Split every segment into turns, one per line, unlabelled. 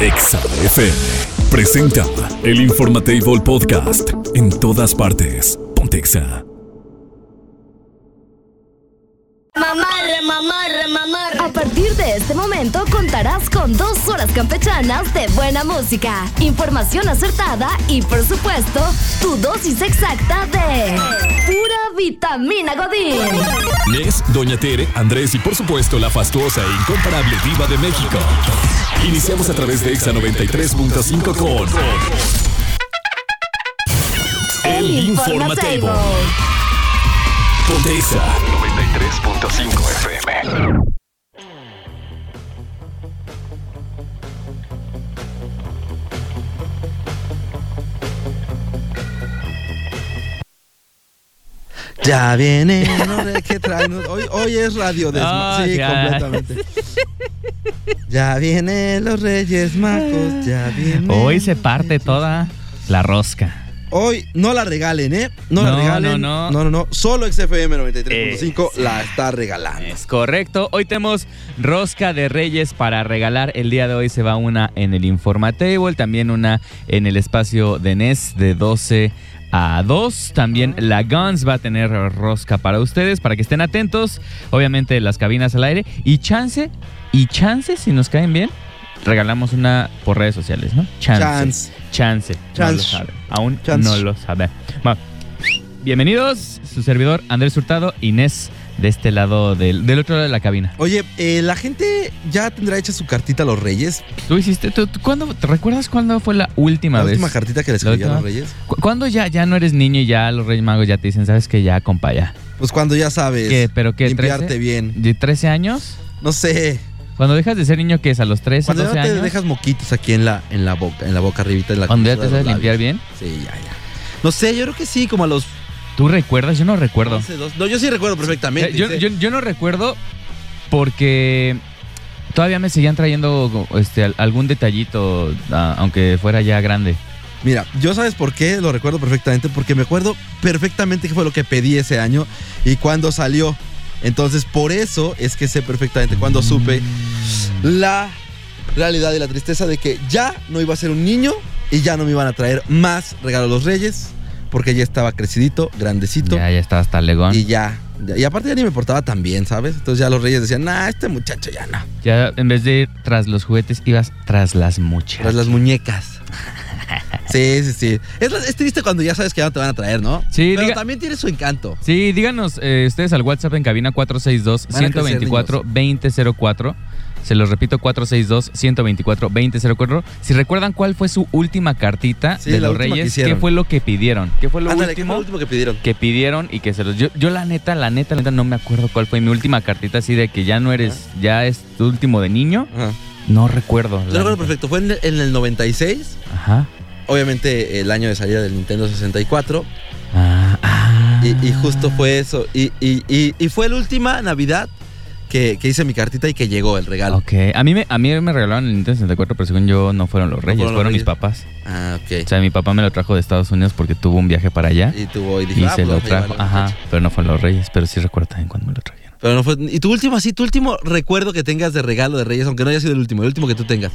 Exa FM presenta el Informatable Podcast en todas partes. Pontexa.
Mamarre, mamarre, mamarre.
A partir de este momento contarás con dos horas campechanas de buena música, información acertada y, por supuesto, tu dosis exacta de pura vitamina Godín.
Nes, Doña Tere, Andrés y por supuesto la fastuosa e incomparable diva de México. Iniciamos a través de Exa 93.5 con El Informatable. Pontexa
93.5 FM.
Ya viene. No sé qué traen. Hoy, hoy es radio de
Ah,
sí,
ya.
completamente. Ya vienen los Reyes Magos, ya vienen.
Hoy se parte toda la rosca.
Hoy no la regalen, ¿eh? No, la
No,
regalen.
no, no.
no, no. Solo XFM 93.5 la está regalando.
Es correcto. Hoy tenemos rosca de reyes para regalar. El día de hoy se va una en el Informatable, también una en el espacio de NES de 12 a 2. También la Guns va a tener rosca para ustedes, para que estén atentos. Obviamente las cabinas al aire. Y chance, y chance, si nos caen bien, regalamos una por redes sociales, ¿no?
Chance.
Chance. No
Chance.
lo sabe. Aún
Chance.
no lo sabe. Bueno, bienvenidos, su servidor Andrés Hurtado, Inés, de este lado del, del otro lado de la cabina.
Oye, eh, la gente ya tendrá hecha su cartita a los Reyes.
¿Tú hiciste, tú, tú- cuándo, te recuerdas cuándo fue la última
La
vez?
última cartita que les
La
escribió a los
última.
Reyes.
Cu- ¿Cuándo ya, ya no eres niño y ya los Reyes Magos ya te dicen, sabes que ya, compa, ya?
Pues cuando ya sabes
¿Qué, pero qué,
limpiarte
13?
bien.
¿De 13 años?
No sé.
Cuando dejas de ser niño, ¿qué es? ¿A los 13,
Cuando
12
ya te
años?
dejas moquitos aquí en la, en la boca, en la boca arribita en la
Cuando ya te
comisura de
sabes
los
limpiar
labios.
bien.
Sí, ya, ya. No sé, yo creo que sí, como a los
¿Tú recuerdas? Yo no recuerdo.
11, 12. No, yo sí recuerdo perfectamente.
Eh, Yo,
sí.
yo- yo no recuerdo porque todavía me seguían trayendo este, al- algún detallito, a- aunque fuera ya grande.
Mira, yo sabes por qué lo recuerdo perfectamente, porque me acuerdo perfectamente qué fue lo que pedí ese año y cuándo salió. Entonces, por eso es que sé perfectamente cuando supe la realidad y la tristeza de que ya no iba a ser un niño y ya no me iban a traer más regalos los reyes, porque ya estaba crecidito, grandecito
Ya, ya estaba hasta legón.
y ya, ya- Y aparte ya ni me portaba tan bien, ¿sabes? Entonces ya los reyes decían, nah, este muchacho ya no.
Ya en vez de ir tras los juguetes, ibas tras las muchachas.
Tras las muñecas. Sí, sí, sí. Es, es triste cuando ya sabes que ya no te van a traer, ¿no?
Sí,
Pero
diga-
también tiene su encanto.
Sí, díganos eh, ustedes al WhatsApp en cabina
Van a crecer,
462-124-2004. Se los repito, 462-124-2004. Si recuerdan cuál fue su última cartita
Sí,
de
la
los
última que
Reyes, ¿qué
hicieron.
fue lo que pidieron? ¿Qué fue lo
Ándale, ¿qué fue
último?
lo último que pidieron?
que pidieron y que se los... Yo, yo la neta, la neta, la neta no me acuerdo cuál fue mi última cartita así de que ya no eres, ya es tu último de niño.
Ajá.
No recuerdo.
Yo
la
recuerdo
neta.
perfecto. Fue en el, en el 96.
Ajá.
Obviamente el año de salida del Nintendo 64.
Ah, ah.
Y, y justo fue eso. Y, y- y- y fue la última Navidad que, que hice mi cartita y que llegó el regalo.
Ok. A mí, me, a mí me regalaron el Nintendo 64, pero según yo no fueron los reyes,
fueron los
fueron, mis
Reyes.
papás.
Ah,
O
ok.
sea, mi papá me lo trajo de Estados Unidos porque tuvo un viaje para allá
Y tuvo y
y,
dije, ah,
se
pues
lo
vamos a
trajo.
llevarle un
Ajá,
coche.
pero no fueron los reyes, pero sí recuerdo también cuando me lo trajeron.
Pero no fue. Y tu último, así, tu último recuerdo que tengas de regalo de Reyes, aunque no haya sido el último, el último que tú tengas.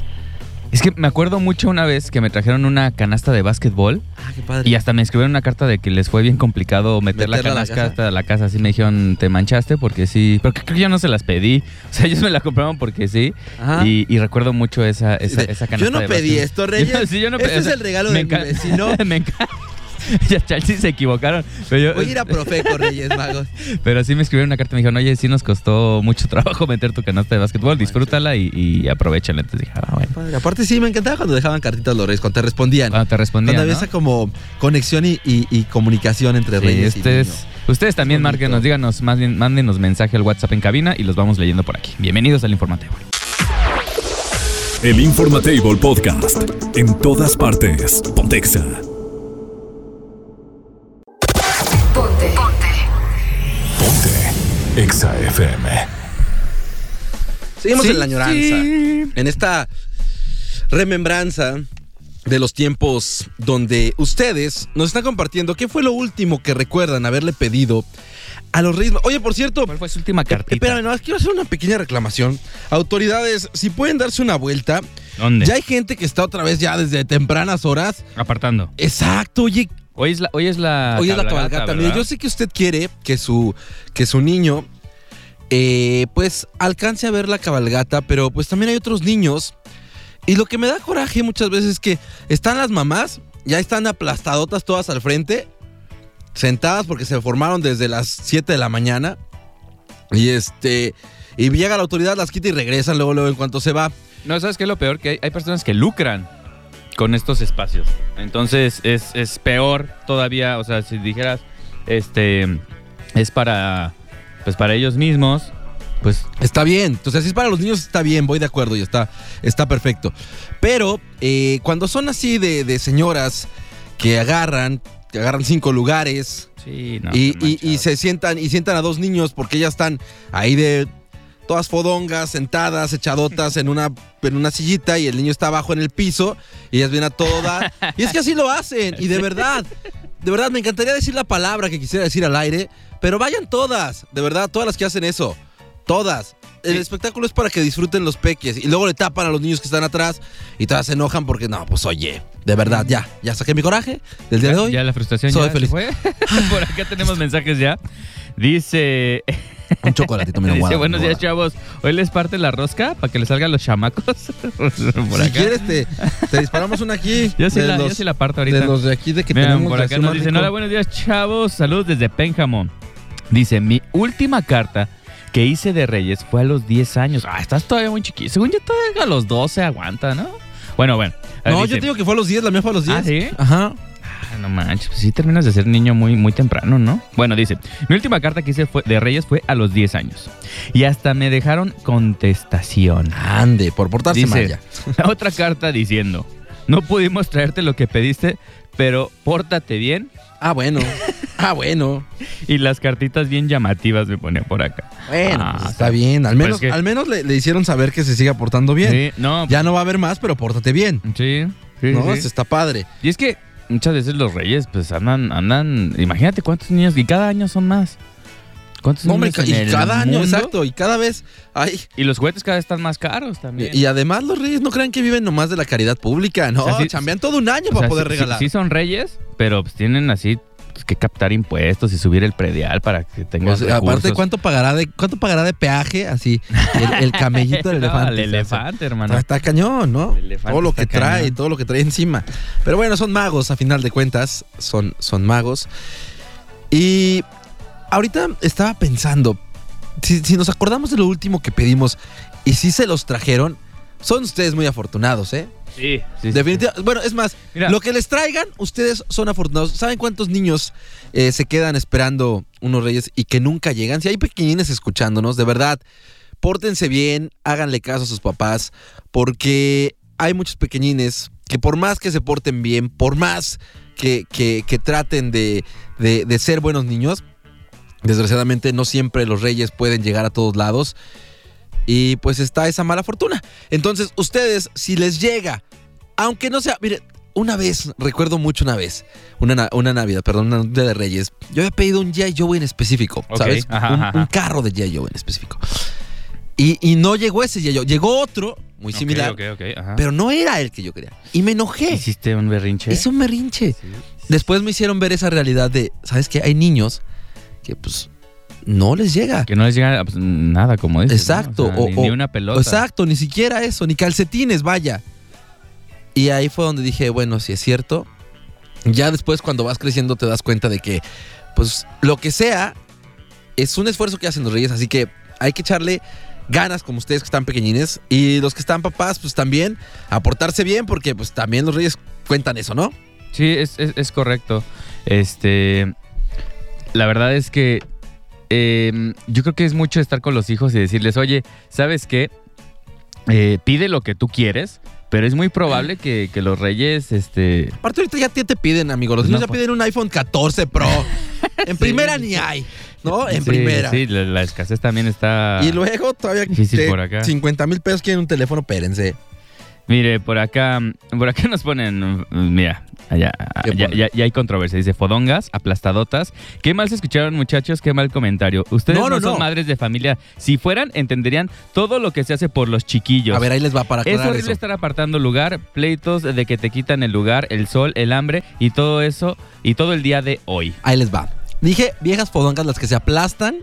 Es que me acuerdo mucho una vez que me trajeron una canasta de básquetbol
Ah, qué padre.
Y hasta me escribieron una carta de que les fue bien complicado meter la
Meterla a la
canasta
casa.
hasta la casa. Así me dijeron, te manchaste porque sí. Pero creo que yo no se las pedí. O sea, ellos me la compraron porque sí.
Ajá.
Y, y recuerdo mucho esa, esa,
Ah. de,
esa canasta.
"Yo no
de
pedí
básquet".
esto, Reyes.
sí, yo no
Este
pedí,
es el regalo de mi
encan-
vecino.
me encanta. Ya, chal, sí se equivocaron. Pero, yo-
Voy a ir a Profeco, Reyes Magos.
pero sí me escribieron una carta y me dijeron, oye, sí nos costó mucho trabajo meter tu canasta de básquetbol. Disfrútala y, y aprovechala. Entonces dije, ah, bueno.
Padre, Aparte, sí, me encantaba cuando dejaban cartitas los Reyes, cuando te respondían.
Cuando Ah, te respondían,
Cuando había
¿no?
esa como conexión y, y- y comunicación entre
Sí,
Reyes y
este es-
niño.
ustedes también
bonito.
márquenos, díganos, más bien, mándenos mensaje al WhatsApp en cabina y los vamos leyendo por aquí. Bienvenidos al Informatable.
El Informatable Podcast en todas partes. Pontexa.
Ponte.
Ponte. Exa FM.
Seguimos
Sí,
en la añoranza.
sí.
En esta remembranza de los tiempos donde ustedes nos están compartiendo qué fue lo último que recuerdan haberle pedido a los Reyes. Ma- Oye, por cierto,
¿Cuál fue su última cartita?
Espérame, nada más quiero hacer una pequeña reclamación. Autoridades, si pueden darse una vuelta
¿Dónde?
Ya hay gente que está otra vez ya desde tempranas horas.
Apartando.
exacto, oye,
Hoy es la. Hoy es la,
Hoy es la cabalgata. Mire, yo sé que usted quiere que su, que su niño eh, pues alcance a ver la cabalgata, pero pues también hay otros niños. Y lo que me da coraje muchas veces es que están las mamás, ya están aplastadotas todas al frente, sentadas porque se formaron desde las 7 de la mañana. Y este. Y llega la autoridad, las quita y regresan luego, luego en cuanto se va.
No, ¿sabes qué es lo peor? Que hay, hay personas que lucran con estos espacios. Entonces es, es peor todavía. O sea, si dijeras, este. Es para. Pues para ellos mismos. Pues
Está bien, entonces si es para los niños está bien, voy de acuerdo y está, está perfecto. Pero eh, cuando son así de, de señoras que agarran, que agarran cinco lugares
sí, no.
y,
están
y- y
manchados.
se sientan y sientan a dos niños porque ya están ahí de todas fodongas, sentadas, echadotas en una, en una sillita y el niño está abajo en el piso y ellas vienen a toda. y es que así lo hacen y de verdad, de verdad me encantaría decir la palabra que quisiera decir al aire, pero vayan todas, de verdad, todas las que hacen eso, todas. El
Sí.
espectáculo es para que disfruten los peques y luego le tapan a los niños que están atrás y todas se enojan porque no, pues oye, de verdad, ya, ya saqué mi coraje del día de hoy.
Ya la frustración
soy
ya se
feliz.
fue. Por acá tenemos mensajes ya. Dice,
Un chocolatito, me lo
dice
guardo,
buenos
me lo
días chavos, hoy les parte la rosca para que les salgan los chamacos por
si
acá.
quieres te, te disparamos una aquí.
yo, sí
de
la, yo
los-
sí la parto ahorita.
De los de aquí de que
Vean,
tenemos.
por
de
acá
Ciudad
nos dicen,
Rico.
hola, buenos días chavos, saludos desde Pénjamo. Dice, mi última carta que hice de Reyes fue a los 10 años. Ah, estás todavía muy chiquito. Según yo todavía a los 12 aguanta, ¿no? Bueno, bueno.
No,
Dice,
yo te digo que fue a los 10, la mía fue a los 10.
¿Ah, sí?
Ajá.
Ah, No manches, pues sí terminas de ser niño muy, muy temprano, ¿no? Bueno, dice, mi última carta que hice fue- de Reyes fue a los 10 años. Y hasta me dejaron contestación.
Ande, por portarse mal
Dice,
ya.
otra carta diciendo, no pudimos traerte lo que pediste, pero pórtate bien.
Ah, bueno. Ah, bueno.
Y las cartitas bien llamativas me ponían por acá.
Bueno,
Ah,
pues está bien. Al menos,
Pues que-
al menos le, le hicieron saber que se siga portando bien.
Sí, no,
Ya no va a haber más, pero pórtate bien.
sí, sí,
no, pues,
sí.
Eso está padre.
Y es que muchas veces los reyes, pues andan, andan, imagínate cuántos niños, y cada año son más. ¿Cuántos
No, hombre,
niños pues,
y
en el
cada año,
mundo?
exacto. Y cada vez hay.
Y los juguetes cada vez están más caros también.
Y, y además los reyes no crean que viven nomás de la caridad pública, no,
O sea, sí-
chambean todo un año
O sea,
para poder
sí-
regalar.
Sí, sí son reyes, pero pues tienen así pues, que captar impuestos y subir el predial para que tengan
O sea, Pues, aparte,
recursos.
¿cuánto pagará de cuánto pagará de peaje así el, el camellito del
No,
elefante?
el
O sea,
elefante, hermano.
Está, está cañón, ¿no?
El elefante
Todo lo que
está
trae,
cañón.
todo lo que trae encima. Pero bueno, son magos a final de cuentas, son, son magos. Y ahorita estaba pensando, si, si nos acordamos de lo último que pedimos y si se los trajeron, son ustedes muy afortunados, ¿eh?
Sí, sí, sí.
Definitivamente. Bueno, es más,
Mira.
lo que les traigan, ustedes son afortunados. ¿Saben cuántos niños eh, se quedan esperando unos reyes y que nunca llegan? Si hay pequeñines escuchándonos, de verdad, pórtense bien, háganle caso a sus papás, porque hay muchos pequeñines que por más que se porten bien, por más que, que- que traten de, de- de ser buenos niños, desgraciadamente no siempre los reyes pueden llegar a todos lados. Y pues está esa mala fortuna. Entonces, ustedes, si les llega, aunque no sea, mire, una vez, recuerdo mucho una vez, una, na- una Navidad, perdón, una Navidad de Reyes, yo había pedido un G.I. Joe en específico,
Ok,
¿sabes?
ajá,
un,
ajá,
un
ajá.
carro de G.I. Joe en específico. Y, y no llegó ese G.I. Joe, llegó otro, muy
Ok,
similar,
ok, ok, ajá.
pero no era el que yo quería. Y me enojé.
¿Hiciste un berrinche?
Hice un berrinche.
Sí.
Después me hicieron ver esa realidad de, ¿sabes qué? Hay niños que pues no les llega.
Que no les llega pues, nada, como dices. ¿no?
Exacto,
O sea,
o-
ni,
o-
ni una pelota.
Exacto, ni siquiera eso, ni calcetines, vaya. Y ahí fue donde dije, bueno, si es cierto. Ya después cuando vas creciendo te das cuenta de que, pues, lo que sea, es un esfuerzo que hacen los reyes, así que hay que echarle ganas como ustedes que están pequeñines y los que están papás, pues también aportarse bien porque pues también los reyes cuentan eso, ¿no?
Sí, es, es- es correcto. Este. La verdad es que. eh, yo creo que es mucho estar con los hijos y decirles, oye, ¿sabes qué? Eh, pide lo que tú quieres, pero es muy probable que, que los reyes, este.
Aparte ahorita ya te, te piden, amigo, los
Pues
niños
no,
ya
pues.
piden un iPhone 14 Pro. en primera ni hay, ¿no? Oh, En
sí,
primera.
Sí, la, la escasez también está.
Y luego todavía
Difícil
te-
por acá.
50 mil pesos quieren un teléfono, pérense.
Mire, por acá, por acá nos ponen, mm, mira, Allá,
Qué
ya,
padre.
ya- ya hay controversia. Dice fodongas, aplastadotas. Qué mal se escucharon, muchachos. Qué mal comentario. Ustedes
No,
no,
no,
son
no.
madres de familia. Si fueran, entenderían todo lo que se hace por los chiquillos.
A ver, ahí les va para
es
aclarar
horrible
eso.
estar apartando lugar, pleitos de que te quitan el lugar, el sol, el hambre y todo eso y todo el día de hoy.
Ahí les va. Dije viejas fodongas las que se aplastan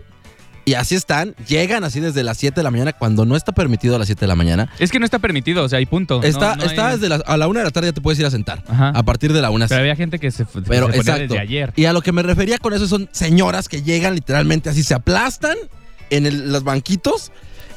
y así están. Llegan así desde las 7 de la mañana cuando no está permitido a las 7 de la mañana.
Es que no está permitido, o sea, hay punto.
Está,
No- no
está
hay-
desde las- a la 1 de la tarde ya te puedes ir a sentar.
Ajá.
A partir de la 1.
Pero había gente que se, que
Pero
se ponía
exacto.
desde ayer.
Y a lo que me refería con eso son señoras que llegan literalmente así, se aplastan en el- los banquitos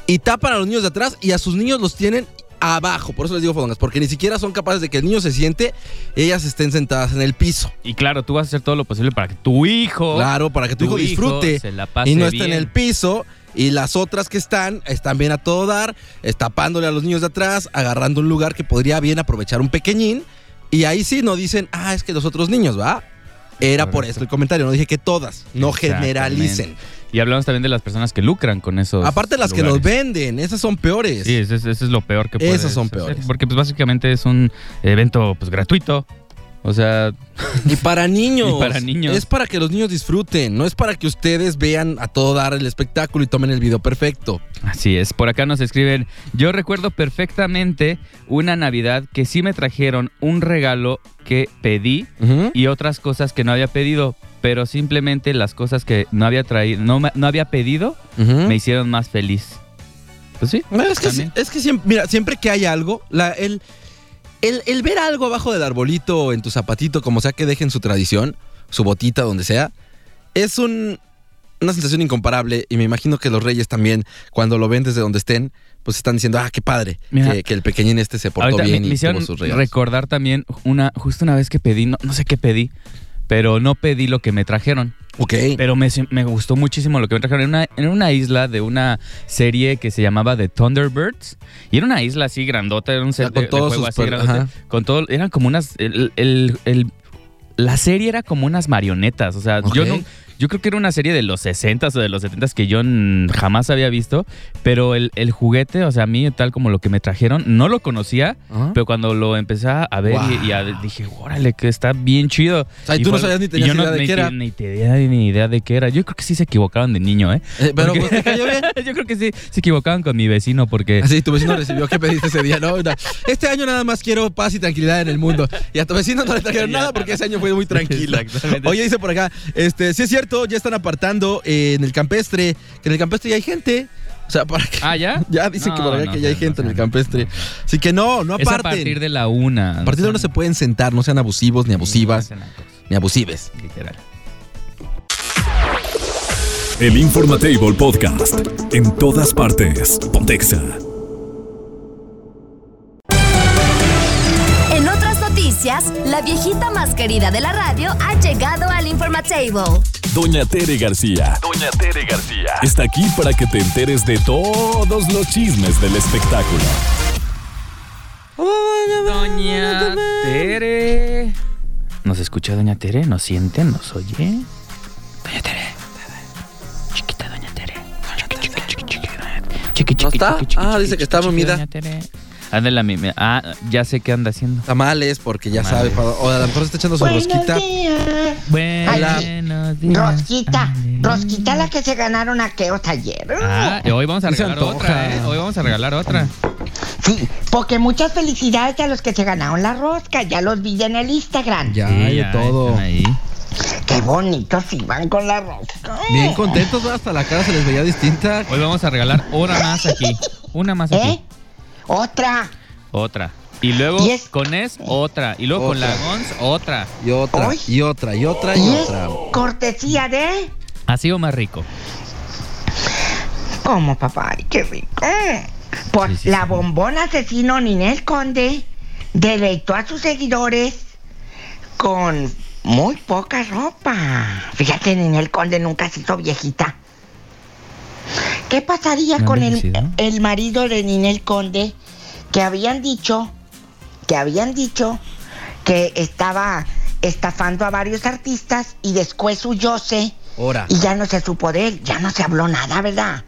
y tapan a los niños de atrás y a sus niños los tienen abajo. Por eso les digo fodongas, porque ni siquiera son capaces de que el niño se siente y ellas estén sentadas en el piso.
Y claro, tú vas a hacer todo lo posible para que tu hijo,
Claro, para que tu, hijo disfrute
se la pase
y no esté en
bien.
el piso. Y las otras que están, están bien a todo dar, es tapándole a los niños de atrás, agarrando un lugar que podría bien aprovechar un pequeñín. Y ahí sí no dicen, ah, es que los otros niños, ¿va? Era por
Correcto.
eso el comentario, no dije que todas, no
Exactamente.
generalicen.
Y hablamos también de las personas que lucran con esos.
Aparte las que
lugares.
nos venden, esas son peores.
Sí, eso es, eso es lo peor que puedes
Esas son
hacer,
peores.
Porque pues básicamente es un evento pues gratuito. O sea,
Y para niños.
Y para niños.
Es para que los niños disfruten, no es para que ustedes vean a todo dar el espectáculo y tomen el video perfecto.
Así es, por acá nos escriben, yo recuerdo perfectamente una Navidad que sí me trajeron un regalo que pedí y otras cosas que no había pedido, pero simplemente las cosas que no había traído, no, ma- no había pedido,
Ujú.
me hicieron más feliz. Pues sí.
No, es, que,
También.
si- es que siempre, mira, siempre que hay algo, la- el, el- el ver algo abajo del arbolito o en tu zapatito, como sea que dejen su tradición, su botita, donde sea, es un- una sensación incomparable. Y me imagino que los reyes también, cuando lo ven desde donde estén, pues están diciendo, ah, qué padre,
Mira.
que, que el pequeñín este se portó
Ahorita me-
bien
me,
y tuvo
hicieron
sus regalos.
recordar también una, justo una vez que pedí, no, no sé qué pedí, pero no pedí lo que me trajeron.
Ok.
Pero me, se- me gustó muchísimo lo que me trajeron en una, en una isla de una serie que se llamaba The Thunderbirds. Y era una isla así grandota, era un set
Ah, con
de, de
todos
juego
sus
así
per-
grandote,
ajá.
Con todo, eran como unas... el- el- el- la serie era como unas marionetas, o sea, yo
Ok.
no... Yo creo que era una serie de los 60s o de los 70s que yo mm, jamás había visto, pero el, el juguete, o sea, a mí tal como lo que me trajeron, no lo conocía,
Ajá.
pero cuando lo empecé a ver y, y a- dije, órale, que está bien chido.
O sea, y
Y
tú no
fue-
sabías ni
y
tenías
yo no-
idea de
ni
qué era.
te- Ni, idea, ni idea de qué era. Yo creo que sí se equivocaron de niño, ¿eh?
Eh, pero
Porque-
pues te cayó bien.
yo creo que sí se equivocaron con mi vecino porque...
Así tu vecino recibió, ¿qué pediste ese día? No, Na- este año nada más quiero paz y tranquilidad en el mundo. Y a tu vecino no le trajeron nada porque ese año fue muy tranquilo.
Exactamente.
Oye, dice por acá, este, sí es cierto, ya están apartando eh, en el campestre, que en el campestre ya hay gente. O sea, para que-
Ah, ¿ya?
Ya dicen que
No,
por acá
no
que ya
sé,
hay
no
gente
sé,
en el
no sé,
campestre.
no sé.
Así que no, no
Es a
aparten.
partir de la una.
A partir de uno se pueden sentar, no sean abusivos, ni abusivas,
No hacen la cosa,
ni abusives.
Literal.
El Informatable Podcast. En todas partes. Pontexa.
En otras noticias, la viejita más querida de la radio ha llegado al Informatable.
Doña Tere García.
Doña Tere García.
Está aquí para que te enteres de todos los chismes del espectáculo.
Doña Tere. ¿Nos escucha Doña Tere? ¿Nos siente? ¿Nos oye? Doña Tere. Chiquita Doña Tere. Chiqui, chiqui, chiqui, chiqui, doña- chiqui,
¿No
chiqui,
está?
chiqui, chiqui,
Ah,
chiqui,
dice que está
chiqui,
dormida.
doña Tere. Anda en la mime- Ah, ya sé qué anda haciendo.
Tamales, porque ya sabe,
Tamales.
para- o a lo mejor se está echando su rosquita.
días.
Buenos días.
Rosquita,
Ale.
rosquita la que se ganaron aquellos ayer.
Ah, y hoy vamos a
Sí se
regalar
antoja.
otra, ¿eh? Hoy vamos a regalar otra.
Sí, porque muchas felicidades a los que se ganaron la rosca, ya los vi en el Instagram.
Ya,
Sí,
hay de
ya,
todo.
están ahí.
Qué bonitos iban con la rosca.
Bien contentos, ¿no? hasta la cara se les veía distinta.
Hoy vamos a regalar una más aquí. Una más aquí.
¿Eh? Otra.
Otra. Y luego
Y es-
con Es, otra. Y luego con
Otra.
la Gons, otra.
Y otra,
Ay.
y otra, y otra, y
Y es
otra.
cortesía de.
Así o más rico.
¿Cómo, papá? Ay, qué rico. Pues
Sí, sí,
la
sí.
bombona asesino Ninel Conde deleitó a sus seguidores con muy poca ropa. Fíjate, Ninel Conde nunca se hizo viejita. ¿Qué pasaría
¿No ha
con el,
envejecido?
el marido de Ninel Conde que habían dicho, que habían dicho que estaba estafando a varios artistas y después huyóse
Hora.
y ya no se supo de él, ya no se habló nada, ¿verdad?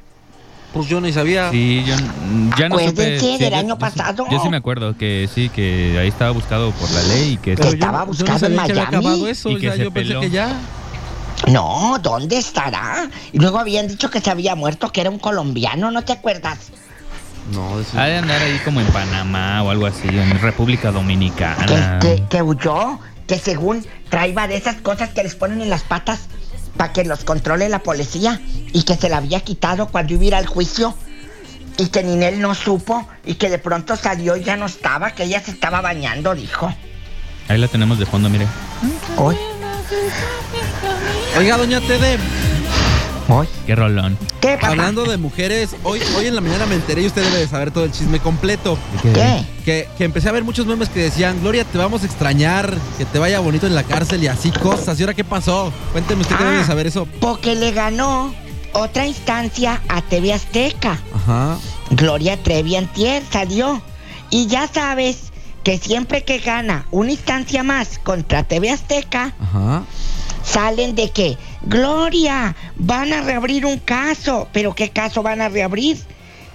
Pues yo ni
Ah.
sabía.
Sí, yo n- ya no supe.
Acuérdense
sí,
Pues, del
yo-
año
yo sí-
pasado.
Yo sí me acuerdo que sí, que ahí estaba buscado por la ley y que
Que
estaba
estaba
yo
buscado en
que había acabado
Miami.
eso.
Y
o
que
sea,
se
yo pensé
peló.
que ya.
No, ¿dónde estará? Y luego habían dicho que se había muerto, que era un colombiano, ¿no te acuerdas?
No, eso-
Ha de andar ahí como en Panamá o algo así, en República
Ah.
Dominicana.
Que, este que, que huyó, que según traía de esas cosas que les ponen en las patas para que los controle la policía y que se la había quitado cuando iba a ir al juicio y que Ninel no supo y que de pronto salió y ya no estaba, que ella se estaba bañando, dijo.
Ahí la tenemos de fondo, mire.
Hoy,
Oiga, doña Tede,
hoy.
Qué rolón.
¿Qué papá?
hablando de mujeres, hoy, hoy en la mañana me enteré y usted debe de saber todo el chisme completo.
¿Qué?
Que, que empecé a ver muchos memes que decían, Gloria, te vamos a extrañar, que te vaya bonito en la cárcel y así cosas. ¿Y ahora qué pasó? Cuénteme usted que
Ah.
debe de saber eso.
Porque le ganó otra instancia a TV Azteca.
Ajá.
Gloria Trevi antier salió. Y ya sabes que siempre que gana una instancia más contra TV Azteca,
Ajá.
salen de que, Gloria, van a reabrir un caso. ¿Pero qué caso van a reabrir?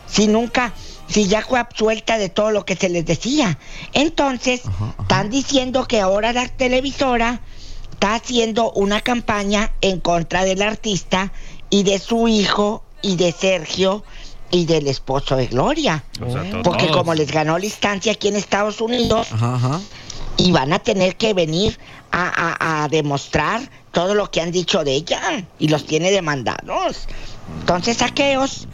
Si nunca, si ya fue absuelta de todo lo que se les decía. Entonces,
Ajá, ajá.
están diciendo que ahora la televisora está haciendo una campaña en contra del artista y de su hijo y de Sergio y del esposo de Gloria. Porque como les ganó la instancia aquí en Estados Unidos,
Ajá, ajá.
y van a tener que venir a, a- a demostrar todo lo que han dicho de ella y los tiene demandados. Entonces saqueos,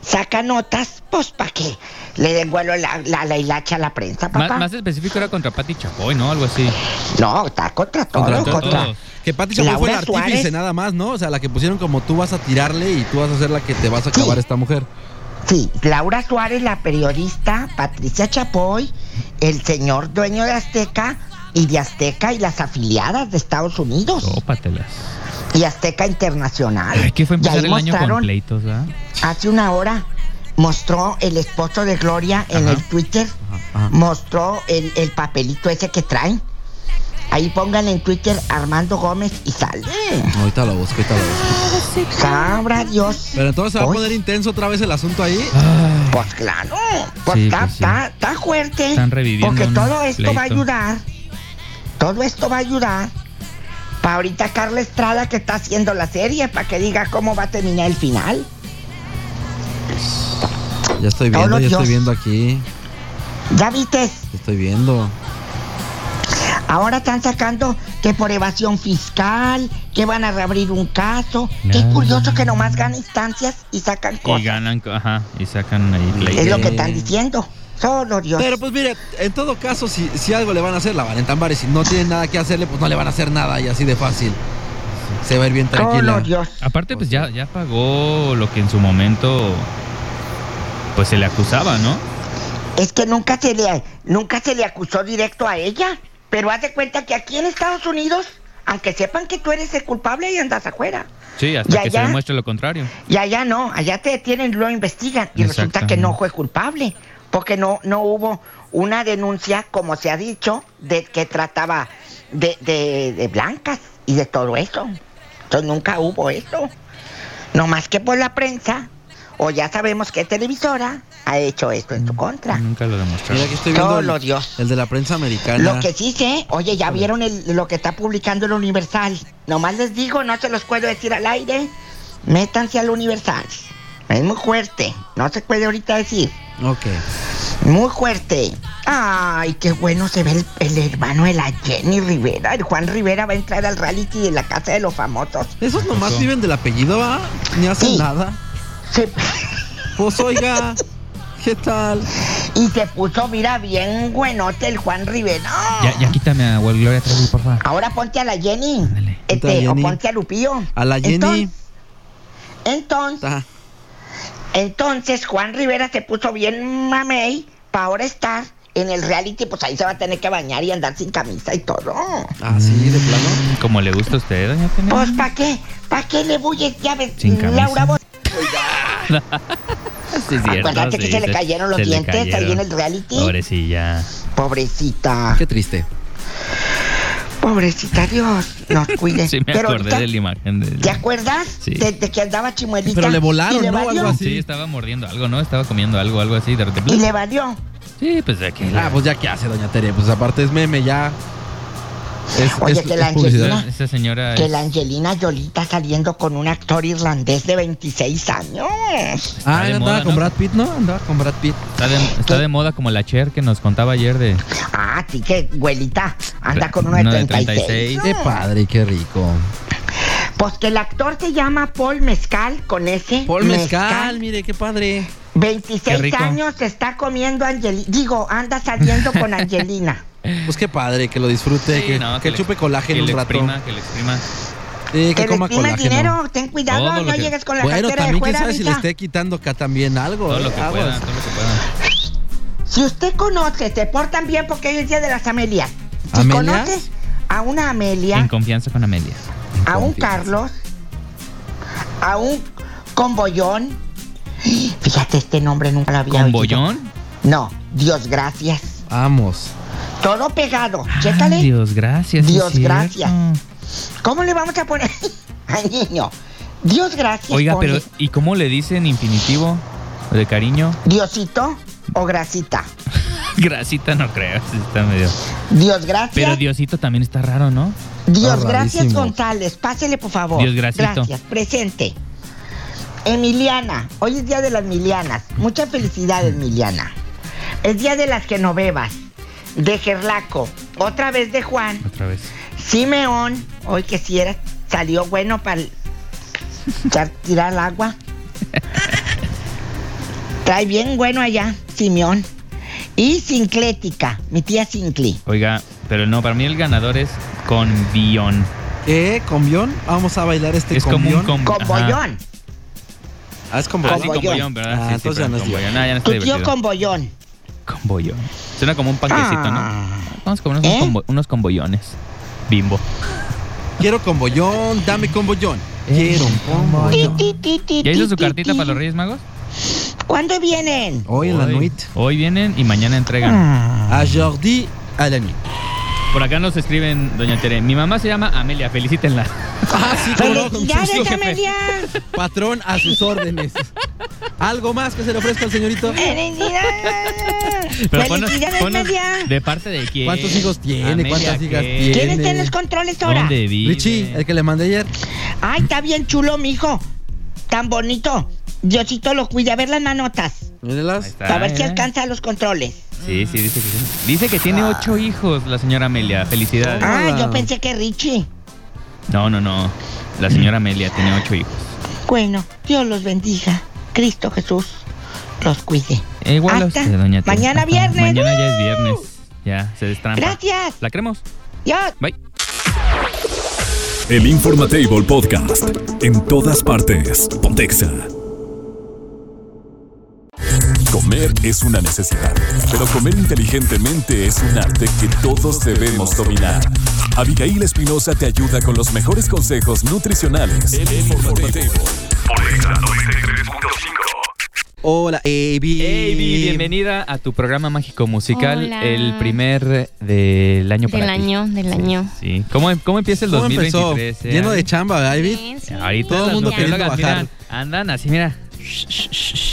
saca notas, pues para que le den vuelo la, la, la hilacha a la prensa, papá.
Más, más específico era contra Pati Chapoy, ¿no? Algo así.
No, está contra todo,
Contra
contra,
todo. Que Pati Chapoy fue la
Laura
artífice
Suárez.
nada más, ¿no? O sea, la que pusieron como tú vas a tirarle y tú vas a ser la que te vas a
Sí.
acabar esta mujer.
Sí, Laura Suárez, la periodista, Patricia Chapoy, el señor dueño de Azteca y de Azteca y las afiliadas de Estados Unidos
Tópatelas.
y Azteca Internacional.
Ay, que fue
Y ahí
empezar el año con
mostraron-
pleitos, ah? ¿verdad?
hace una hora mostró el esposo de Gloria en
Ajá.
el Twitter,
ajá.
mostró el, el papelito ese que traen. Ahí pongan en Twitter Armando Gómez y sale.
Ahorita lo busco, ahorita lo busco.
Sabrá Dios.
Pero entonces se va a
Hoy,
poner intenso otra vez el asunto ahí.
Pues claro, pues
Sí,
está,
pues sí.
está- está fuerte.
Están reviviendo
Porque
un
todo esto va a
pleito.
ayudar. Todo esto va a ayudar. Para ahorita Carla Estrada que está haciendo la serie, para que diga cómo va a terminar el final.
Ya estoy
No,
viendo,
no,
ya estoy
Dios.
viendo aquí.
Ya viste,
ya Estoy viendo.
Ahora están sacando que por evasión fiscal, que van a reabrir un caso. Qué
Ah.
curioso que nomás ganan instancias y sacan
Y
cosas.
ganan, ajá, y sacan ahí
Es
pleitos.
lo que están diciendo. Solo Dios.
Pero pues mire, en todo caso, si, si algo le van a hacer, la van a entambar. Y si no tienen nada que hacerle, pues no le van a hacer nada y así de fácil. Se va a ir bien
Solo
tranquila.
Dios.
Aparte, pues ya, ya pagó lo que en su momento pues se le acusaba, ¿no?
Es que nunca se le nunca se le acusó directo a ella. Pero haz de cuenta que aquí en Estados Unidos, aunque sepan que tú eres el culpable y andas afuera.
Sí, hasta
Ya,
que
ya.
se demuestre lo contrario.
Y allá no, allá te detienen, lo investigan y resulta que no fue culpable, porque no, no hubo una denuncia, como se ha dicho, de que trataba de, de- de blancas y de todo eso. Entonces nunca hubo eso. No más que por la prensa, o ya sabemos qué televisora ha hecho esto en su contra.
Nunca lo
Mira,
demostraron.
aquí estoy viendo
Solo
el,
Dios.
el de la prensa americana.
Lo que sí sé, oye, ya vieron el- lo que está publicando el Universal. Nomás les digo, no se los puedo decir al aire. Métanse al Universal. Es muy fuerte. No se puede ahorita decir.
Ok.
Muy fuerte. Ay, qué bueno se ve el, el hermano de la Jenny Rivera. El Juan Rivera va a entrar al reality de la casa de los famosos.
Esos nomás
pasó?
viven del apellido, ¿va? Ni hacen
Sí.
nada.
Se-
Pues oiga, ¿qué tal?
y se puso, mira, bien buenote el Juan Rivera.
Ya, ya quítame a Wal- Gloria Trevi, por favor.
Ahora ponte a la Jenny.
Ándale.
Este,
Ponte a la Jenny.
O ponte a Lupillo.
A la Jenny.
Entonces- entonces
ta-
Entonces Juan Rivera se puso bien mamey para ahora estar en el reality, pues ahí se va a tener que bañar y andar sin camisa y todo.
Así de plano.
Como le gusta a usted, doña Tene.
Pues ¿para qué? ¿Para qué le bulles? Ya ves,
Sin camisa.
Laura, vos...
Sí, es cierto,
Acuérdate que
sí,
se le cayeron los
se le
dientes ahí
cayeron.
en el reality.
Pobrecilla.
Pobrecita.
Qué triste.
Pobrecita Dios, nos cuide.
Sí, me
Pero
acordé
ahorita,
de la imagen. De...
¿Te acuerdas?
Sí.
De, de que andaba chimuelita.
Pero le volaron,
y le
¿no?
Valió,
Algo así.
Sí, estaba mordiendo algo, ¿no? Estaba comiendo algo, algo así, de repente.
Y le valió.
Sí, pues aquí.
Ah, pues ya qué hace Doña Tere, pues aparte es meme ya. Es,
Oye,
es-
que la
es publicidad.
Angelina-
Esa señora.
Que
es-
la Angelina Yolita saliendo con un actor irlandés de 26 años.
Ah,
de
él andaba
moda,
con
¿no?
Brad Pitt, ¿no? Andaba con Brad Pitt.
Está de, está de moda como la Cher que nos contaba ayer de...
Ah, sí que, güelita, anda con uno de
Uno de
36.
36.
Qué padre, qué rico.
Pues que el actor se llama Paul Mezcal con ese.
Paul Mezcal, mire, qué padre.
26
rico.
años se está comiendo Angelina. Digo, anda saliendo con Angelina.
Pues qué padre, que lo disfrute,
Sí,
que,
no,
que
le-
chupe colágeno
que
un
le
rato.
exprima, que le exprima.
Sí,
Que
que
le
coma
exprimas
colágeno.
dinero, ten cuidado,
Todo lo
no
que-
llegues con la
Bueno,
cartera de
también quién
fuera,
sabe si le
mija.
esté quitando acá también algo.
Todo
¿eh?
lo que
Aguas.
pueda, todo lo que pueda.
Si usted conoce, se portan bien porque hoy es día de las Amelias. Si
¿Amelias?
conoce a una
En
Amelia,
confianza con Amelia.
a un
confianza.
Carlos, a un Comboyón. Fíjate, este nombre nunca lo había
¿Con
oído.
bollón?
No, Dios gracias.
Vamos.
Todo pegado.
Ay,
Chécale.
Dios, gracias. sí es
Dios,
cierto.
gracias. ¿Cómo le vamos a poner al niño? Dios gracias.
Oiga, pero
ponle.
¿y cómo le dicen infinitivo de cariño?
Diosito o grasita.
Grasita no creo, sí está medio...
Dios gracias.
Pero Diosito también está raro, ¿no?
Dios
Está
gracias
rarísimo.
González. Pásele, por favor.
Dios gracito.
Gracias. Presente. Emiliana. Hoy es día de las Milianas. Mucha felicidad, Emiliana. Es día de las Genovevas. De Gerlaco. Otra vez de Juan.
Otra vez.
Simeón, hoy que si era, salió bueno para tirar el agua. Trae bien bueno allá, Simeón. Y Sinclética, mi tía Sincli.
Oiga, pero no, para mí el ganador es con bión.
¿Qué? ¿Combión? Vamos a bailar este
Es como un
combión.
com...
Con bollón.
Ah, es con
Ajá. Ah, sí,
bollón.
con
Bollón.
bollón, ¿verdad?
Ah,
sí, sí,
entonces
pero
ya no es
con
día.
bollón. Ah, ya no está
Tu tío
divertido.
Pues con bollón.
Con bollón. Suena como un panquecito,
Ah.
¿no? Vamos a comer unos,
¿Eh?
combo- unos combollones. Bimbo.
Quiero con bollón, dame con bollón. Quiero Eh, un
Ti,
combollón.
ti, ti, ti,
¿Ya hizo
ti,
su
ti,
cartita
ti.
para los Reyes Magos?
¿Cuándo vienen?
Hoy en la noche.
Hoy vienen y mañana
Ah.
entregan.
A Jordi a la nuit.
Por acá nos escriben, doña Tere. Mi mamá se llama Amelia, felicítenla.
Ah, sí, cómo no, con
¡Felicidades,
gusto.
Amelia!
Patrón a sus órdenes. ¿Algo más que se le ofrezca al señorito?
¡Felicidades!
Pero ponnos-
¡Felicidades,
ponnos
Amelia!
¿De parte de quién?
¿Cuántos hijos tiene?
Amelia,
¿Cuántas hijas
¿qué?
tiene?
¿Quién está en los controles ahora?
¿Dónde vive?
Richie, el que le mandé ayer.
Ay, está bien chulo, mijo. Tan bonito. Diosito lo cuida. A ver las manotas.
Ahí
Mírelas.
está,
a ver si
¿eh?
alcanza Ah. los controles.
Sí, sí, dice que sí. Dice que tiene ocho hijos la señora Amelia. Felicidades.
Ah.
Ah, yo pensé que Richie.
No, no, no. La señora Amelia tiene ocho hijos.
Bueno, Dios los bendiga. Cristo Jesús los cuide.
Eh, Igual a
Hasta
usted, doña Tere.
mañana
Ajá.
viernes.
Mañana ya es
¡Woo!
viernes. Ya, se destrampa.
Gracias.
La creemos.
Dios.
Bye.
El Informatable Podcast. En todas partes. Pontexa. Comer es una necesidad, pero comer inteligentemente es un arte que todos debemos dominar. Abigail Espinosa te ayuda con los mejores consejos nutricionales. El Informatable.
Hola, Avi.
Hey, Vi, bienvenida a tu programa mágico musical,
Hola.
el primer del año para
Del
ti.
año, del
Sí,
año.
Sí. ¿Cómo, cómo empieza el
¿Cómo empezó?
2023? eh,
Lleno de
Abby?
chamba, Ivy.
Bien, sí.
Ahorita
Todo el
las
mundo
Ya.
queriendo
nutriólogas,
bajar.
mira, andan así, mira. Shh, shh, shh, shh,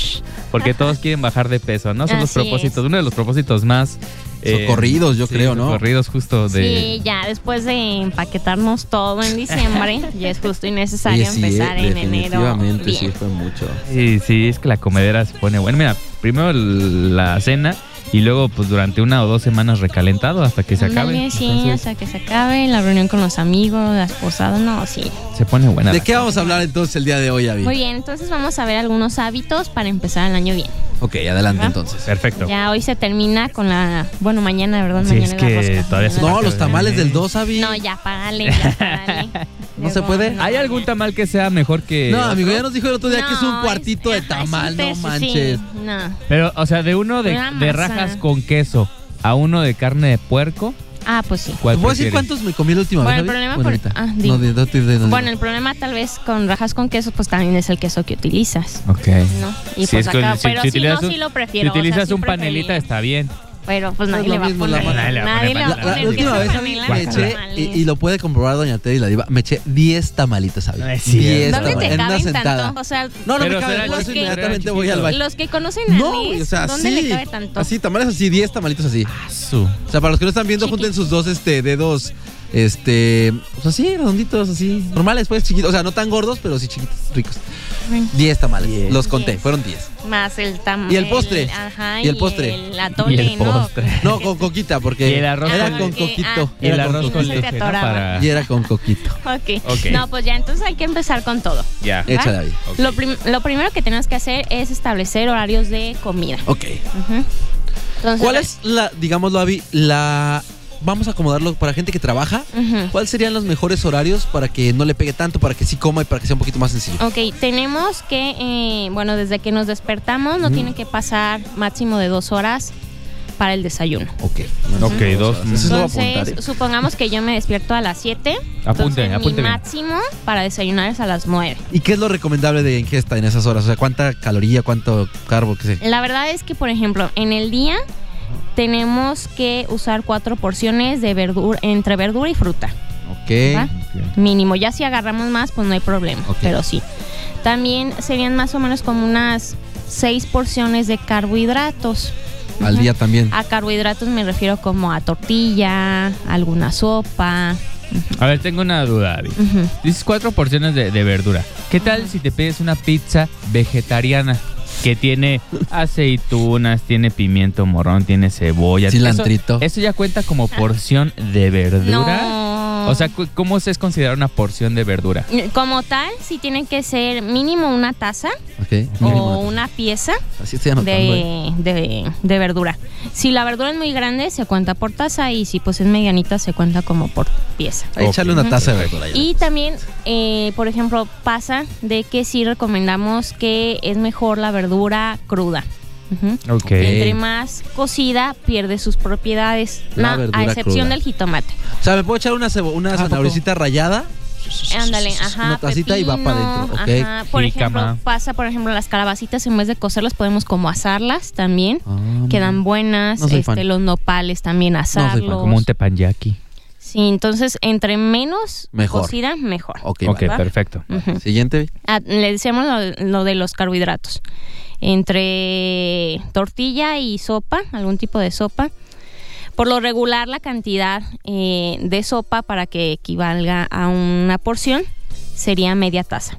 Porque todos quieren bajar de peso, ¿no? Son los
Así es.
propósitos. Uno de los propósitos más. eh,
Socorridos, yo creo, ¿no?
Socorridos justo de.
Sí, ya después de empaquetarnos todo en diciembre, ya es justo y necesario
Oye, sí,
empezar
eh,
en enero.
Definitivamente,
bien.
sí, fue mucho.
Sí, sí, es que la comedera se pone buena. Mira, primero el- la cena y luego, pues durante una o dos semanas recalentado hasta que se acabe.
Ándale, sí,
Entonces,
hasta que se acabe la reunión con los amigos, las posadas, no, sí.
se pone buena.
¿De
la
qué vamos a hablar entonces el día de hoy, Avi?
Muy bien, entonces vamos a ver algunos hábitos para empezar el año bien.
Ok, adelante
Ah.
entonces.
Perfecto.
Ya hoy se termina con la, bueno, mañana, ¿verdad?
Sí,
mañana
es que
la rosca.
todavía se
No,
Mañana la
los
rosca.
tamales del 2, Avi.
No, ya, párale, ya, párale.
¿No se puede?
no,
¿Hay algún tamal que sea mejor que.?
No,
otro?
amigo, ya nos dijo el otro día que es un
No,
cuartito de
ajá, es un
tamal, no
peso, sí,
manches.
no.
Pero, o sea, de uno de,
Una
de
masa.
rajas con queso a uno de carne de puerco,
Ah, pues sí.
¿Te
¿cuál
puedo decir
prefieres?
cuántos me comí la última vez?
Bueno, el
Avi?
problema por-
ahorita.
ah,
no,
dime.
de- no te- de- no-
Bueno, el problema tal vez con rajas con queso, pues también es el queso que utilizas.
Ok.
¿no? Y
Si
pues
es que
acá,
si-
pero
si
si, no,
utilizas un-
sí lo prefiero.
Si utilizas
o sea, sí
un panelita
preferiría.
está bien.
Pero pues
Es
nadie
lo
le va a
mismo, la
poner.
mano.
Nadie le va
La,
a
la
poner.
última
queso
vez
panela,
me
queso
eché,
panela.
y, y lo puede comprobar Doña Tere y la Diva, me eché 10 tamalitos,
No
¿sabes?
es cierto.
10
¿Dónde
tamalitos,
te
en una
caben
sentada.
tanto? O sea,
No, no
Pero
me cabe
será
el plazo,
chiquito,
inmediatamente
será
voy al
chiquito.
baño.
los que conocen a
No,
Luis,
o sea,
¿dónde
sí.
le cabe tanto?
Así, tamales así, 10 tamalitos así.
Su.
O sea, para los que no están viendo, junten sus dos este, dedos, este, pues así, redonditos, así, normales, pues, chiquitos. O sea, no tan gordos, pero sí chiquitos, ricos. 10 tamales, los conté,
Diez.
fueron 10.
Más el tamal.
¿Y el postre?
Ajá,
¿Y el postre?
El atole,
Y el
¿no?
postre.
No, con coquita, porque
Y el arroz
era
con
con
leche.
coquito.
Ah,
Y el
era
arroz con
se te
leche. ¿no?
atoraba.
Para-
Y era con coquito.
Ok.
Ok.
No, pues ya entonces hay que empezar con todo.
Ya.
Eh,
Échala ahí.
Lo, prim- lo primero que tenemos que hacer es establecer horarios de comida.
Ok.
Ujú. Entonces,
¿Cuál es la, digámoslo, Avi, la... Vamos a acomodarlo para gente que trabaja.
Ujú.
¿Cuáles serían los mejores horarios para que no le pegue tanto, para que sí coma y para que sea un poquito más sencillo?
Ok, tenemos que, eh, bueno, desde que nos despertamos no tiene que pasar máximo de dos horas para el desayuno.
Ok.
Ok, dos. Mm.
Eso lo voy a apuntar,
Entonces,
¿eh?
supongamos que yo me despierto a las 7.
Apunte, apunte
Mi
bien.
máximo para desayunar es a las 9.
¿Y qué es lo recomendable de ingesta en esas horas? O sea, ¿cuánta caloría, cuánto carbo, qué sé?
La verdad es que, por ejemplo, en el día tenemos que usar cuatro porciones de verdura, entre verdura y fruta. ¿va?
Ok.
Mínimo. Ya si agarramos más, pues no hay problema.
Ok.
Pero sí. También serían más o menos como unas seis porciones de carbohidratos.
Al
Ujú.
día también.
A carbohidratos me refiero como a tortilla, alguna sopa.
A ver, tengo una duda, Abby.
Ujú.
Dices cuatro porciones de, de verdura. ¿Qué tal si te pides una pizza vegetariana? Que tiene aceitunas, tiene pimiento morrón, tiene cebolla.
Cilantrito.
¿Eso, eso ya cuenta como porción de verdura?
No.
O sea, cu- ¿cómo se es considerar una porción de verdura?
como tal, sí tiene que ser mínimo una taza
Ok.
o
mínimo.
una pieza
Ah,
Así estoy anotando. ¿eh?
Oh. de, de- de verdura. Si la verdura es muy grande, se cuenta por taza y si pues es medianita, se cuenta como por pieza.
Ahí Echarle una taza de verdura. ya.
Y también, eh, por ejemplo, pasa de que sí recomendamos que es mejor la verdura cruda. Ujú.
Ok.
Entre más cocida, pierde sus propiedades.
La
No,
verdura
a excepción
cruda.
del jitomate.
O sea, me puedo echar una, cebo-
Ah,
una zanahoricita rallada.
Ándale, ajá.
Una tacita y va para
pepino,
adentro. Ok.
ajá. Por
Jícama.
ejemplo, pasa, por ejemplo, las calabacitas, en vez de cocerlas, podemos como asarlas también.
Ah,
Quedan buenas.
No soy
este,
fan.
los nopales también
fan.
asarlos.
Ah, Como un tepanyaki.
Sí, entonces, entre menos
Mejor.
cocida, mejor.
Ok,
Ok,
va.
perfecto.
Ujú.
Siguiente.
Ah, le decíamos lo, lo de los carbohidratos. Entre tortilla y sopa, algún tipo de sopa. Por lo regular, la cantidad eh, de sopa para que equivalga a una porción sería media taza.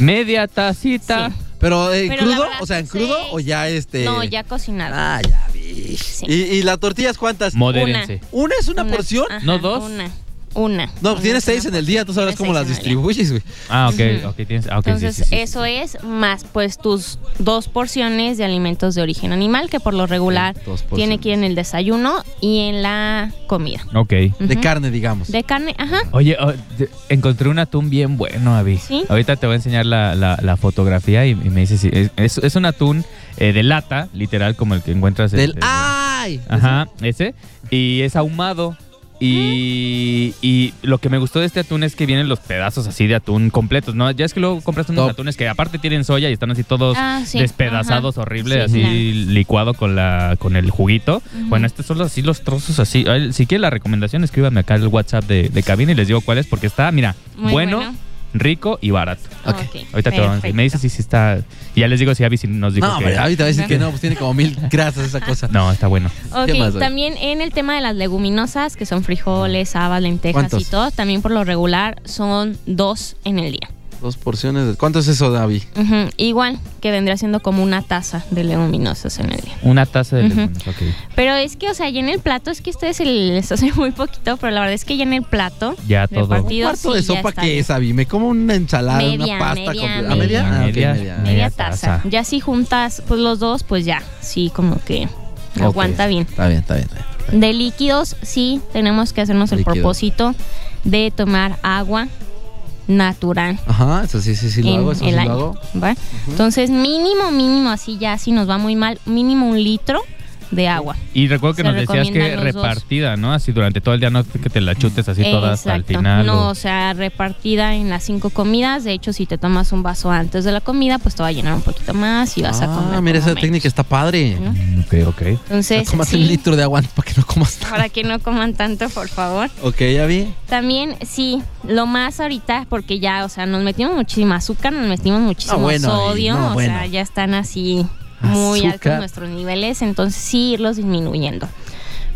Media tacita.
Sí.
Pero en
Pero la
crudo,
verdad,
o sea, en
sí.
crudo o ya este.
No, ya cocinada.
Ah, ya vi.
Sí.
¿Y, y las tortillas cuántas?
Modérense.
¿Una es una, porción?
ajá,
¿No dos?
Una. Una.
No,
Ah.
pues
Una
tienes
sola
seis en el día, tú sabrás
Tienes
cómo
seis
las
en el día.
distribuyes, güey.
Ah, ok,
Ujú.
ok. Tienes, ah, ok, sí,
Entonces,
sí, sí, sí.
eso es más pues tus dos porciones de alimentos de origen animal, que por lo regular
Dos porciones.
tiene que ir en el desayuno y en la comida.
Ok.
De
Ujú.
carne, digamos.
De carne, ajá.
Oye, oh, te- encontré un atún bien bueno, Avi.
¿Sí?
Ahorita te voy a enseñar la, la- la fotografía y, y me dices si es, es- es un atún eh, de lata, literal, como el que encuentras. en-
Del Ah, ¡Ay!
en- Ajá, ese. Y es ahumado.
Ah.
Y, y lo que me gustó de este atún es que vienen los pedazos así de atún completos, ¿no? Ya es que luego compras unos
Top.
atunes que aparte tienen soya y están así todos
Ah, sí,
despedazados,
ajá.
horrible,
Sí,
así licuado con la con el juguito.
Ujú.
Bueno, este solo así los trozos así. Ay, Si quiere la recomendación, escríbame acá el WhatsApp de, de cabina y les digo cuál es, porque está, mira,
Muy
bueno,
bueno.
rico y barato.
Ok.
Ahorita te vamos, me dices si, si está. y ya les digo si Abby si nos dijo
No,
que-
hombre, ahorita voy a decir que
Ajá.
no, pues tiene como mil grasas esa cosa.
No, está bueno.
¿Qué más
Ok,
hay?
también en el tema de las leguminosas, que son frijoles, habas, lentejas
¿Cuántos?
y todo, también por lo regular son dos en el día.
Dos porciones. de- ¿Cuánto es eso, David?
Ujú, Igual que vendría siendo como una taza de leguminosas en el día.
Una taza de
Ujú.
legumbres, ok.
Pero es que, o sea, ya en el plato, es que ustedes se les hace muy poquito, pero la verdad es que ya en el plato.
Ya todo.
repartido,
¿Un cuarto de
sí, ya
sopa
está
qué
bien.
es, David? Me como una ensalada,
Media,
una pasta
media,
completa. ¿A
media.
media? Ah, ok,
Media.
media.
Media
Media
taza.
taza.
Ya si juntas pues los dos, pues ya, sí, como que
Ok.
aguanta bien.
Está bien, está bien. está bien.
De líquidos, sí, tenemos que hacernos
Líquido.
el propósito de tomar agua natural.
Ajá, eso sí, sí, sí lo
en
hago, eso sí
el
lo
año,
hago.
¿va? Entonces, mínimo, mínimo, así ya, si nos va muy mal, mínimo un litro de agua.
Y recuerdo que
Se
nos decías que
recomiendan los dos.
repartida, ¿no? Así durante todo el día, no que te la chutes así toda hasta el
Exacto.
final.
No,
o-
o sea, repartida en las cinco comidas. De hecho, si te tomas un vaso antes de la comida, pues te va a llenar un poquito más y vas a comer.
Ah, mira,
como
esa
menos,
técnica está padre.
¿no?
Mm, Ok, ok.
Entonces,
Tómate
sí,
un litro de agua para que no comas nada.
para que no coman tanto, por favor.
Ok, ya vi.
También, sí, lo más ahorita, porque ya, o sea, nos metimos muchísimo azúcar, nos metimos muchísimo
Ah, bueno,
sodio,
y no,
o
bueno.
sea, ya están así muy
Azúcar.
altos nuestros niveles, entonces sí irlos disminuyendo.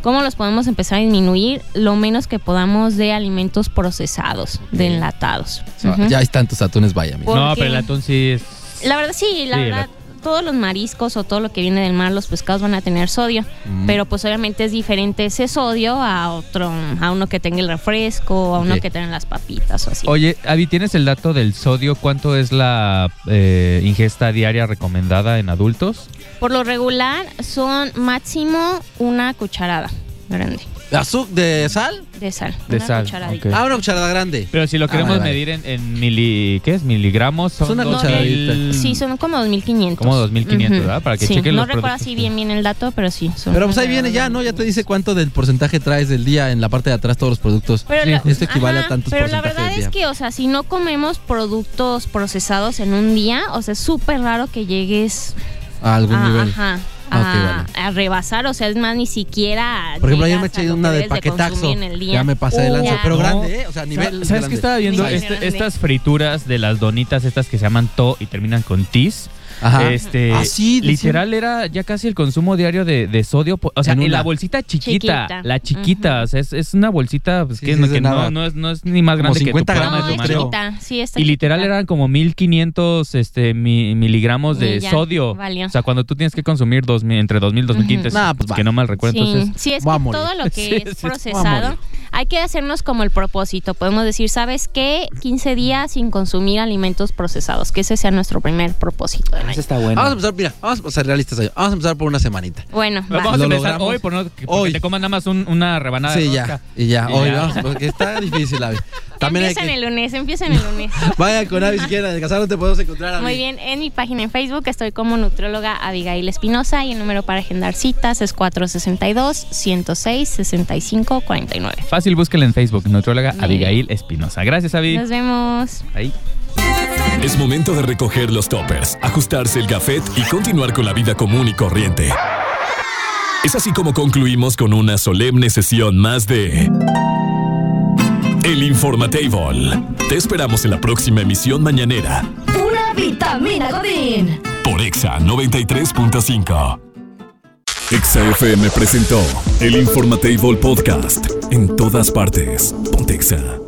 ¿Cómo los podemos empezar a disminuir? Lo menos que podamos de alimentos procesados, de enlatados. Ujú.
Ya están tus atunes, vaya. amigo.
¿Por
No,
qué?
pero el atún sí es.
La verdad sí, la
Sí,
verdad todos los mariscos o todo lo que viene del mar, los pescados van a tener sodio,
Mm.
pero pues obviamente es diferente ese sodio a otro, a uno que tenga el refresco, a uno
Ok.
que tenga las papitas o así.
Oye, Avi, ¿tienes el dato del sodio? ¿Cuánto es la eh, ingesta diaria recomendada en adultos?
Por lo regular son máximo una cucharada grande
¿Azúcar de sal?
de sal,
De
una
sal,
cucharadita.
ok.
Ah, una cucharada grande.
Pero si lo
Ah,
queremos
vale, vale.
medir en, en mili, ¿qué es? miligramos, son
Es una
dos
cucharadita.
mil-
Sí, son como 2500.
Como 2500, ¿verdad? Para que
sí.
chequen
No
los
recuerdo
productos.
así bien bien el dato, pero sí. son
Pero pues ahí
alrededor
viene ya,
de
¿no? Ya te dice cuánto del porcentaje traes del día en la parte de atrás todos los productos.
Pero la-
Esto equivale a tantos
Pero la
porcentajes
verdad
del día.
es que, o sea, si no comemos productos procesados en un día, o sea, es súper raro que llegues
A algún
a,
nivel.
ajá,
Ah, ok,
a-
vale.
a rebasar. O sea, es más, ni siquiera.
Por ejemplo, ayer me
llegas a
eché
lo
una
que
de
debes consumir
paquetaxo.
en el día.
ya me pasé de
Uh,
lanza.
ya.
Pero
No.
grande, ¿eh? O sea, nivel.
¿Sabes
grande.
qué estaba viendo?
Nivel
Este-
grande.
estas frituras de las donitas, estas que se llaman to y terminan con tis.
Ajá.
Este,
Ah, sí, decían.
literal era ya casi el consumo diario de, de sodio, po- o sea,
En
en,
una.
la bolsita chiquita,
Chiquita.
la chiquita,
Ujú.
o sea, es, es una bolsita pues,
Sí,
que,
sí,
no,
es de
que no-
nada.
no es, no es ni más
Como
grande que tu
50
palma
gramos,
de tu
no,
mano.
es
creo.
chiquita, sí, está
Y literal
chiquita.
eran como 1500 este, mi- miligramos de
Y ya,
sodio.
valió.
O sea, cuando tú tienes que consumir 2000, entre 2000 y 2015,
Ujú. Nah, pues,
que
va.
no mal recuerdo.
Sí,
Entonces,
sí, es
voy a
que
morir.
todo lo que
Sí,
es
sí, voy a
procesado,
morir.
hay que hacernos como el propósito. Podemos decir, ¿sabes qué? 15 días sin consumir alimentos procesados, que ese sea nuestro primer propósito.
Pues,
del año.
está
Ah,
Vamos a
pues,
empezar, mira, vamos a ser realistas ahí. Vamos a empezar por una semanita.
Bueno, va.
vamos a
Lo
empezar
logramos.
hoy por no, que, porque
Hoy.
te comas nada más un- una rebanada.
Sí,
de
ya.
rosca.
Y ya,
Y
hoy
ya.
vamos, porque está difícil, Avi. También hay
empieza
que.
en el lunes, empieza en el lunes.
Vaya con Avi si quieren adelgazar, no te podemos encontrar, Avi.
Muy bien, en mi página en Facebook estoy como nutrióloga Abigail Espinosa y el número para agendar citas es 462-106-6549.
Fácil, búsquela en Facebook, nutrióloga
Bien.
Abigail Espinosa. Gracias, Avi.
Nos vemos.
Ahí.
Es momento de recoger los toppers, ajustarse el gafet y continuar con la vida común y corriente. Es así como concluimos con una solemne sesión más de El Informatable. Te esperamos en la próxima emisión mañanera
Una vitamina Godín.
por Exa 93.5. Exa FM presentó El Informatable Podcast. En todas partes. Pontexa.